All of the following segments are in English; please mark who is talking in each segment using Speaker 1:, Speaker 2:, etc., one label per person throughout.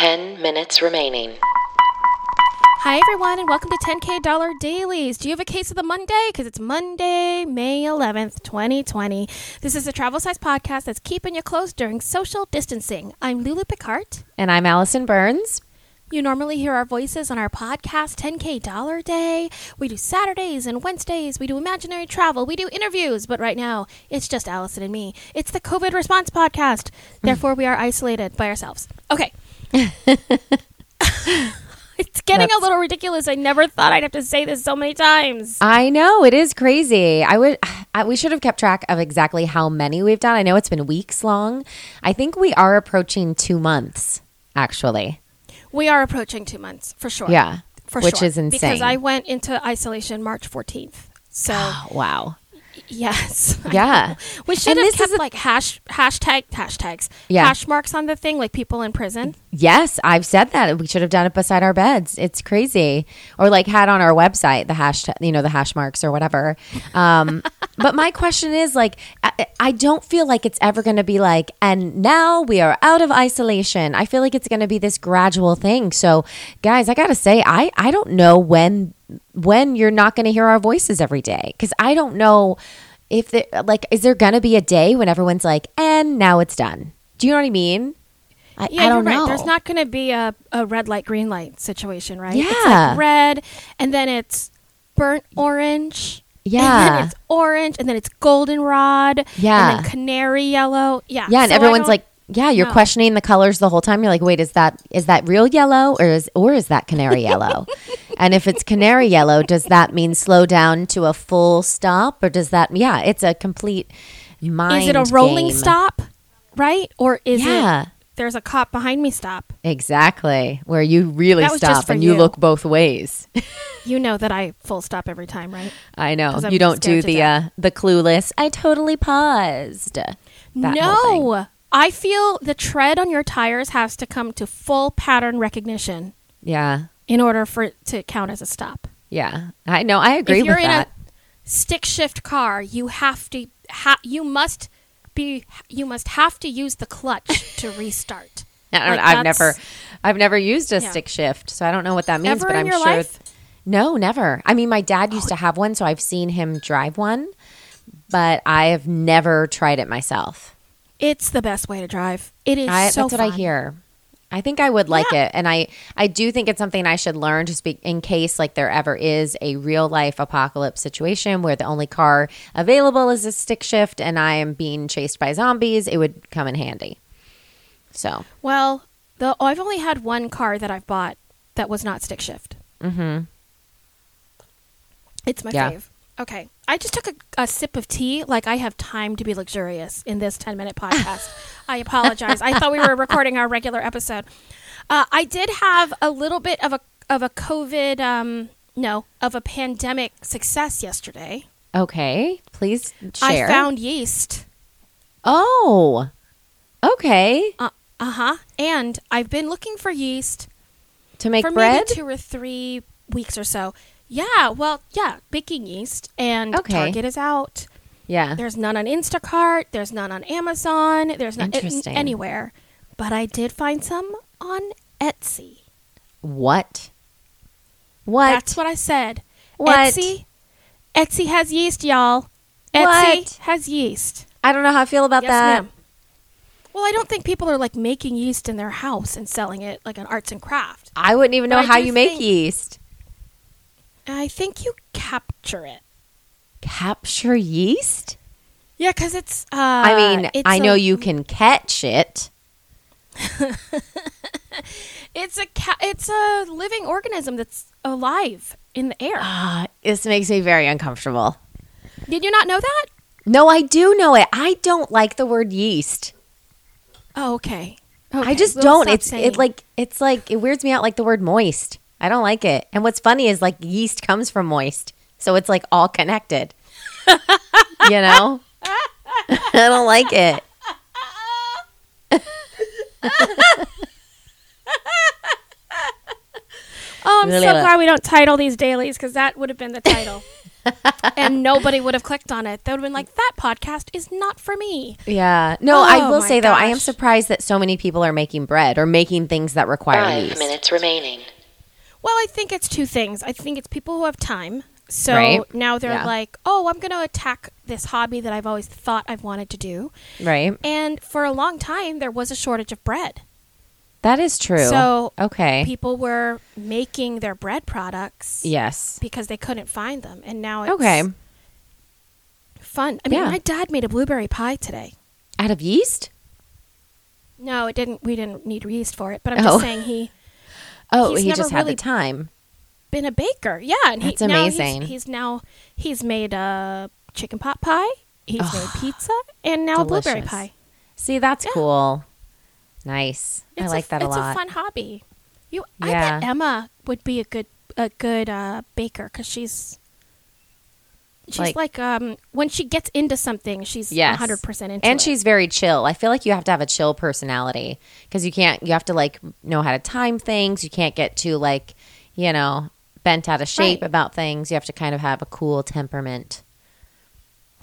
Speaker 1: 10 minutes remaining.
Speaker 2: Hi, everyone, and welcome to 10K Dollar Dailies. Do you have a case of the Monday? Because it's Monday, May 11th, 2020. This is a travel size podcast that's keeping you close during social distancing. I'm Lulu Picard.
Speaker 3: And I'm Allison Burns.
Speaker 2: You normally hear our voices on our podcast, 10K Dollar Day. We do Saturdays and Wednesdays. We do imaginary travel. We do interviews. But right now, it's just Allison and me. It's the COVID response podcast. Therefore, we are isolated by ourselves. Okay. it's getting a little ridiculous. I never thought I'd have to say this so many times.
Speaker 3: I know it is crazy. I would I, we should have kept track of exactly how many we've done. I know it's been weeks long. I think we are approaching 2 months actually.
Speaker 2: We are approaching two months for sure.
Speaker 3: Yeah.
Speaker 2: For
Speaker 3: which
Speaker 2: sure.
Speaker 3: is insane.
Speaker 2: Because I went into isolation March 14th. So,
Speaker 3: wow.
Speaker 2: yes.
Speaker 3: Yeah.
Speaker 2: We should
Speaker 3: And
Speaker 2: have
Speaker 3: this
Speaker 2: kept
Speaker 3: is a-
Speaker 2: like hash hashtag hashtags
Speaker 3: Yeah.
Speaker 2: hash marks on the thing, like people in prison.
Speaker 3: Yes, I've said that. We should have done it beside our beds. It's crazy. Or like had on our website the hashtag, you know, the hash marks or whatever. Um, but my question is like, I, I don't feel like it's ever going to be like, and now we are out of isolation. I feel like it's going to be this gradual thing. So, guys, I got to say, I, I don't know when when you're not going to hear our voices every day because I don't know if there, like is there going to be a day when everyone's like, and now it's done. Do you know what I mean? I,
Speaker 2: Yeah,
Speaker 3: I don't
Speaker 2: you're right.
Speaker 3: know.
Speaker 2: There's not going to be a, a red light, green light situation, right? It's
Speaker 3: Yeah.
Speaker 2: like red, and then it's burnt orange. And
Speaker 3: Yeah.
Speaker 2: then it's orange, and then it's goldenrod.
Speaker 3: Yeah.
Speaker 2: And then canary yellow. Yeah.
Speaker 3: Yeah, and
Speaker 2: so I
Speaker 3: everyone's
Speaker 2: don't-
Speaker 3: like, yeah, you're
Speaker 2: No.
Speaker 3: questioning the colors the whole time. You're like, wait, is that is that real yellow or is or is that canary yellow? and if it's canary yellow, does that mean slow down to a full stop or does that yeah, it's a complete mind
Speaker 2: is it a rolling
Speaker 3: game.
Speaker 2: stop, right? Or is
Speaker 3: Yeah.
Speaker 2: it there's a cop behind me stop?
Speaker 3: Exactly. Where you really
Speaker 2: That was just
Speaker 3: stop
Speaker 2: for
Speaker 3: and you
Speaker 2: you.
Speaker 3: look both ways.
Speaker 2: You know that I full stop every time, right?
Speaker 3: I know.
Speaker 2: 'Cause I'm
Speaker 3: You don't
Speaker 2: scared
Speaker 3: do
Speaker 2: to
Speaker 3: the uh, the clueless. I totally paused. That whole thing.
Speaker 2: no. I feel the tread on your tires has to come to full pattern recognition
Speaker 3: Yeah.
Speaker 2: in order for it to count as a stop.
Speaker 3: Yeah. I know. I agree
Speaker 2: if you're
Speaker 3: with
Speaker 2: in
Speaker 3: that.
Speaker 2: a stick shift car, you have to ha- you must be you must have to use the clutch to restart.
Speaker 3: I don't,
Speaker 2: Like,
Speaker 3: I've
Speaker 2: that's-
Speaker 3: never, I've never used a
Speaker 2: Yeah.
Speaker 3: stick shift, so I don't know what that means.
Speaker 2: Ever
Speaker 3: but
Speaker 2: in
Speaker 3: I'm
Speaker 2: your
Speaker 3: sure.
Speaker 2: life? Oh.
Speaker 3: No, never. I mean, my dad used to have one, so I've seen him drive one, but I have never tried it myself.
Speaker 2: It's the best way to drive. It is
Speaker 3: I,
Speaker 2: so
Speaker 3: that's what I
Speaker 2: fun.
Speaker 3: hear. I think I would like
Speaker 2: Yeah.
Speaker 3: it, and I, I do think it's something I should learn to speak in case like there ever is a real life apocalypse situation where the only car available is a stick shift, and I am being chased by zombies. It would come in handy. So
Speaker 2: Well, the oh, I've only had one car that I've bought that was not stick shift. Mm-hmm. It's my
Speaker 3: Yeah.
Speaker 2: fave. Okay. I just took a, a sip of tea. Like I have time to be luxurious in this ten minute podcast. I apologize. I thought we were recording our regular episode. Uh, I did have a little bit of a of a COVID um, no of a pandemic success yesterday.
Speaker 3: okay, please share.
Speaker 2: I found yeast.
Speaker 3: Oh, okay.
Speaker 2: Uh huh. And I've been looking for yeast.
Speaker 3: To make
Speaker 2: for
Speaker 3: bread?
Speaker 2: maybe two or three weeks or so. Yeah, well, yeah, baking yeast and
Speaker 3: Okay.
Speaker 2: Target is out.
Speaker 3: yeah.
Speaker 2: There's none on Instacart. There's none on Amazon. There's none it-
Speaker 3: Interesting.
Speaker 2: anywhere. But I did find some on Etsy.
Speaker 3: What? What?
Speaker 2: That's what I said.
Speaker 3: What?
Speaker 2: Etsy, Etsy has yeast, y'all. Etsy
Speaker 3: What?
Speaker 2: has yeast.
Speaker 3: I don't know how I feel about
Speaker 2: Yes,
Speaker 3: that.
Speaker 2: ma'am. Well, I don't think people are like making yeast in their house and selling it like an arts and craft.
Speaker 3: I wouldn't even
Speaker 2: But
Speaker 3: know
Speaker 2: I
Speaker 3: how
Speaker 2: do
Speaker 3: you make
Speaker 2: think-
Speaker 3: yeast.
Speaker 2: I think you capture it.
Speaker 3: Capture yeast?
Speaker 2: Yeah, because it's. Uh,
Speaker 3: I mean,
Speaker 2: it's
Speaker 3: I
Speaker 2: a-
Speaker 3: know you can catch it.
Speaker 2: It's a ca- it's a living organism that's alive in the air.
Speaker 3: Ah, this makes me very uncomfortable.
Speaker 2: Did you not know that?
Speaker 3: No, I do know it. I don't like the word yeast.
Speaker 2: Oh, okay.
Speaker 3: I
Speaker 2: Okay,
Speaker 3: just
Speaker 2: we'll
Speaker 3: don't.
Speaker 2: stop
Speaker 3: It's
Speaker 2: saying.
Speaker 3: it like it's like it weirds me out like the word moist. I don't like it. And what's funny is like yeast comes from moist. So it's like all connected. you know? I don't like it.
Speaker 2: Oh, I'm so
Speaker 3: Blah, blah.
Speaker 2: Oh, glad we don't title these dailies because that would have been the title. and nobody would have clicked on it. They would have been like, that podcast is not for me.
Speaker 3: Yeah. No,
Speaker 2: Oh,
Speaker 3: I will
Speaker 2: my
Speaker 3: say though, I am
Speaker 2: gosh.
Speaker 3: surprised that so many people are making bread or making things that require
Speaker 1: Five
Speaker 3: yeast.
Speaker 1: minutes remaining.
Speaker 2: Well, I think it's two things. I think it's people who have time. So
Speaker 3: Right.
Speaker 2: now they're
Speaker 3: Yeah.
Speaker 2: like, oh, I'm going to attack this hobby that I've always thought I've wanted to do.
Speaker 3: Right.
Speaker 2: And for a long time, there was a shortage of bread.
Speaker 3: That is true.
Speaker 2: So
Speaker 3: okay.
Speaker 2: people were making their bread products
Speaker 3: yes.
Speaker 2: because they couldn't find them. And now it's
Speaker 3: Okay.
Speaker 2: fun. I mean,
Speaker 3: Yeah.
Speaker 2: my dad made a blueberry pie today.
Speaker 3: Out of yeast?
Speaker 2: No, it didn't. We didn't need yeast for it. But I'm
Speaker 3: Oh.
Speaker 2: just saying he
Speaker 3: Oh,
Speaker 2: He's
Speaker 3: he
Speaker 2: never
Speaker 3: just had
Speaker 2: really-
Speaker 3: the time.
Speaker 2: been a baker. Yeah, and
Speaker 3: That's
Speaker 2: he, Now
Speaker 3: amazing.
Speaker 2: he's, he's now he's made a chicken pot pie. He's made pizza and now a blueberry
Speaker 3: Delicious.
Speaker 2: pie.
Speaker 3: See, that's
Speaker 2: Yeah.
Speaker 3: cool. Nice. I
Speaker 2: It's
Speaker 3: like that a
Speaker 2: it's
Speaker 3: lot.
Speaker 2: a fun hobby. You, I
Speaker 3: Yeah.
Speaker 2: bet Emma would be a good a good uh, baker because she's she's like,
Speaker 3: Like-
Speaker 2: um when she gets into something she's
Speaker 3: Yes.
Speaker 2: hundred percent into
Speaker 3: and
Speaker 2: it.
Speaker 3: she's very chill. I feel like you have to have a chill personality because you can't. You have to like know how to time things. You can't get too like you know bent out of shape
Speaker 2: Right.
Speaker 3: about things. You have to kind of have a cool temperament.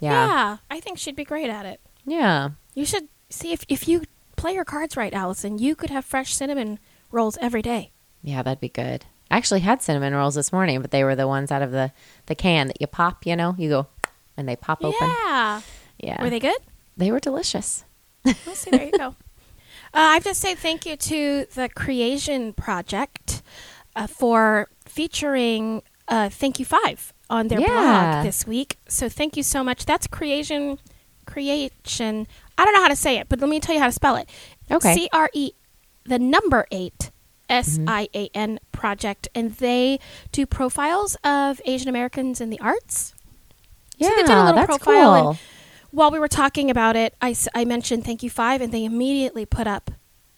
Speaker 2: yeah.
Speaker 3: Yeah,
Speaker 2: I think she'd be great at it.
Speaker 3: yeah.
Speaker 2: You should see if if you play your cards right, Allison. You could have fresh cinnamon rolls every day.
Speaker 3: Yeah, that'd be good. I actually had cinnamon rolls this morning, but they were the ones out of the the can that you pop. You know, you go and they pop open.
Speaker 2: Yeah,
Speaker 3: Yeah,
Speaker 2: were they good?
Speaker 3: They were delicious.
Speaker 2: Well, see, there you go. Uh, I have to say thank you to the Creation Project uh, for featuring uh, Thank You Five on their
Speaker 3: Yeah.
Speaker 2: blog this week. So thank you so much. That's Creation Creation. I don't know how to say it, but let me tell you how to spell it.
Speaker 3: Okay. Mm-hmm.
Speaker 2: C R E, the number eight. S I A N project, and they do profiles of Asian Americans in the arts.
Speaker 3: Yeah,
Speaker 2: so they did a little
Speaker 3: that's
Speaker 2: profile.
Speaker 3: cool.
Speaker 2: And while we were talking about it, I, s- I mentioned Thank You Five, and they immediately put up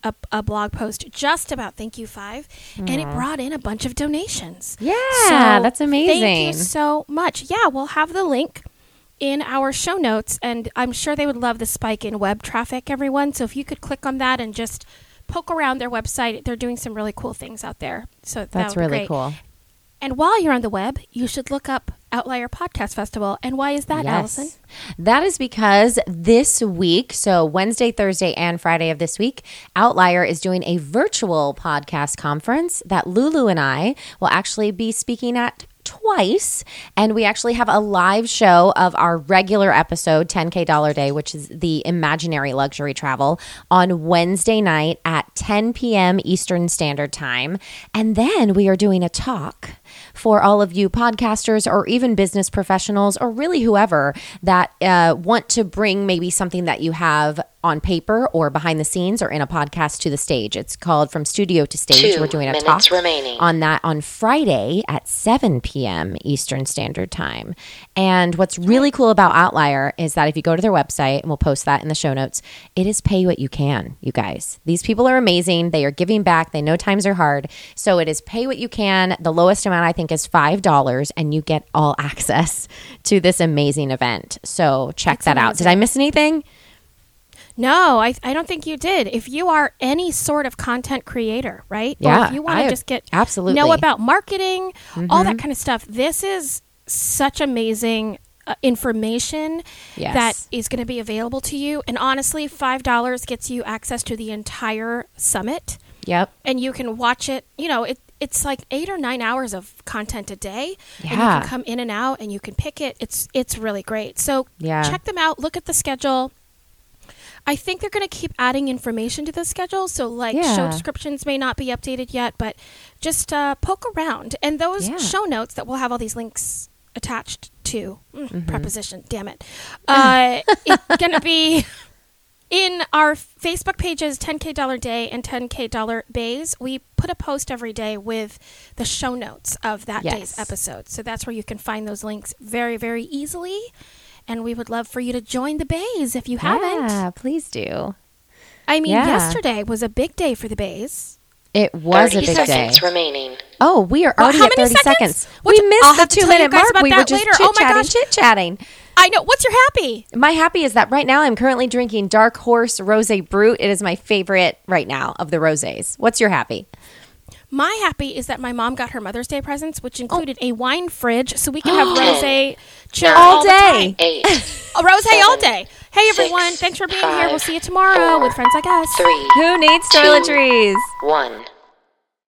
Speaker 2: a, a blog post just about Thank You 5 and it brought in a bunch of donations.
Speaker 3: Yeah,
Speaker 2: So
Speaker 3: that's
Speaker 2: Thank
Speaker 3: amazing.
Speaker 2: you so much. Yeah, we'll have the link in our show notes, and I'm sure they would love the spike in web traffic, everyone. So if you could click on that and just poke around their website, they're doing some really cool things out there. So that
Speaker 3: That's
Speaker 2: would be
Speaker 3: really
Speaker 2: great.
Speaker 3: cool.
Speaker 2: And while you're on the web, you should look up Outlier Podcast Festival. And why is that, Allison?
Speaker 3: That is because this week, so Wednesday, Thursday, and Friday of this week, Outlier is doing a virtual podcast conference that Lulu and I will actually be speaking at twice and we actually have a live show of our regular episode 10k dollar day which is the imaginary luxury travel on wednesday night at 10 p.m eastern standard time and then we are doing a talk for all of you podcasters or even business professionals or really whoever that uh, want to bring maybe something that you have on paper or behind the scenes or in a podcast to the stage. It's called From Studio to Stage.
Speaker 1: Two
Speaker 3: We're doing a
Speaker 1: minutes
Speaker 3: talk
Speaker 1: remaining.
Speaker 3: on that on Friday at 7 p.m. Eastern Standard Time. And what's really cool about Outlier is that if you go to their website, and we'll post that in the show notes, it is pay what you can, you guys. These people are amazing. They are giving back. They know times are hard. So it is pay what you can. The lowest amount I think is $5, and you get all access to this amazing event. So check that out. Did I miss anything?
Speaker 2: No, I, I don't think you did. If you are any sort of content creator, right? Or
Speaker 3: Yeah,
Speaker 2: if you want
Speaker 3: I-
Speaker 2: to just get
Speaker 3: absolutely. Mm-hmm.
Speaker 2: know about marketing, all that kind of stuff. This is such amazing uh, information
Speaker 3: Yes.
Speaker 2: that is going to be available to you. And honestly, five dollars gets you access to the entire summit,
Speaker 3: Yep.
Speaker 2: and you can watch it. You know, it it's like eight or nine hours of content a day, and you
Speaker 3: Yeah.
Speaker 2: can come in and out, and you can pick it. It's it's really great. So
Speaker 3: Yeah.
Speaker 2: check them out. Look at the schedule. I think they're going to keep adding information to the schedule. So, like, show
Speaker 3: Yeah.
Speaker 2: descriptions may not be updated yet, but just uh, poke around. And those
Speaker 3: Yeah.
Speaker 2: show notes that will have all these links attached to mm,
Speaker 3: Mm-hmm.
Speaker 2: preposition, damn it. Uh, it's going to be in our Facebook pages, 10K Dollar Day and 10K Dollar Bays. We put a post every day with the show notes of that day's
Speaker 3: Yes.
Speaker 2: episode. So, that's where you can find those links very, very easily. And we would love for you to join the bays if you haven't.
Speaker 3: Yeah, please do.
Speaker 2: I mean,
Speaker 3: Yeah.
Speaker 2: yesterday was a big day for the Bays.
Speaker 3: It was a
Speaker 1: 30
Speaker 3: big day.
Speaker 1: seconds remaining.
Speaker 3: Oh, we are
Speaker 2: Well,
Speaker 3: already
Speaker 2: how
Speaker 3: at
Speaker 2: many
Speaker 3: 30
Speaker 2: seconds?
Speaker 3: seconds.
Speaker 2: Which-
Speaker 3: we
Speaker 2: I'll
Speaker 3: missed the
Speaker 2: have to
Speaker 3: two
Speaker 2: tell you
Speaker 3: minute
Speaker 2: guys
Speaker 3: mark.
Speaker 2: about
Speaker 3: We were
Speaker 2: that
Speaker 3: just
Speaker 2: later. Oh
Speaker 3: chit
Speaker 2: my
Speaker 3: chatting,
Speaker 2: gosh.
Speaker 3: chit chatting.
Speaker 2: I know. What's your happy?
Speaker 3: My happy is that right now I'm currently drinking Dark Horse Rose Brut. It is my favorite right now of the roses. What's your happy?
Speaker 2: My happy is that my mom got her Mother's Day presents,
Speaker 3: Oh.
Speaker 2: which included a wine fridge, so we can have rosé cheer
Speaker 3: All
Speaker 2: all the
Speaker 3: day.
Speaker 1: Eight,
Speaker 2: time. rosé all
Speaker 1: Seven,
Speaker 2: day. Hey everyone,
Speaker 1: six,
Speaker 2: thanks for being here. We'll
Speaker 1: five,
Speaker 2: see you tomorrow
Speaker 1: four,
Speaker 2: with friends like us.
Speaker 1: three,
Speaker 3: Who needs toiletries?
Speaker 1: one.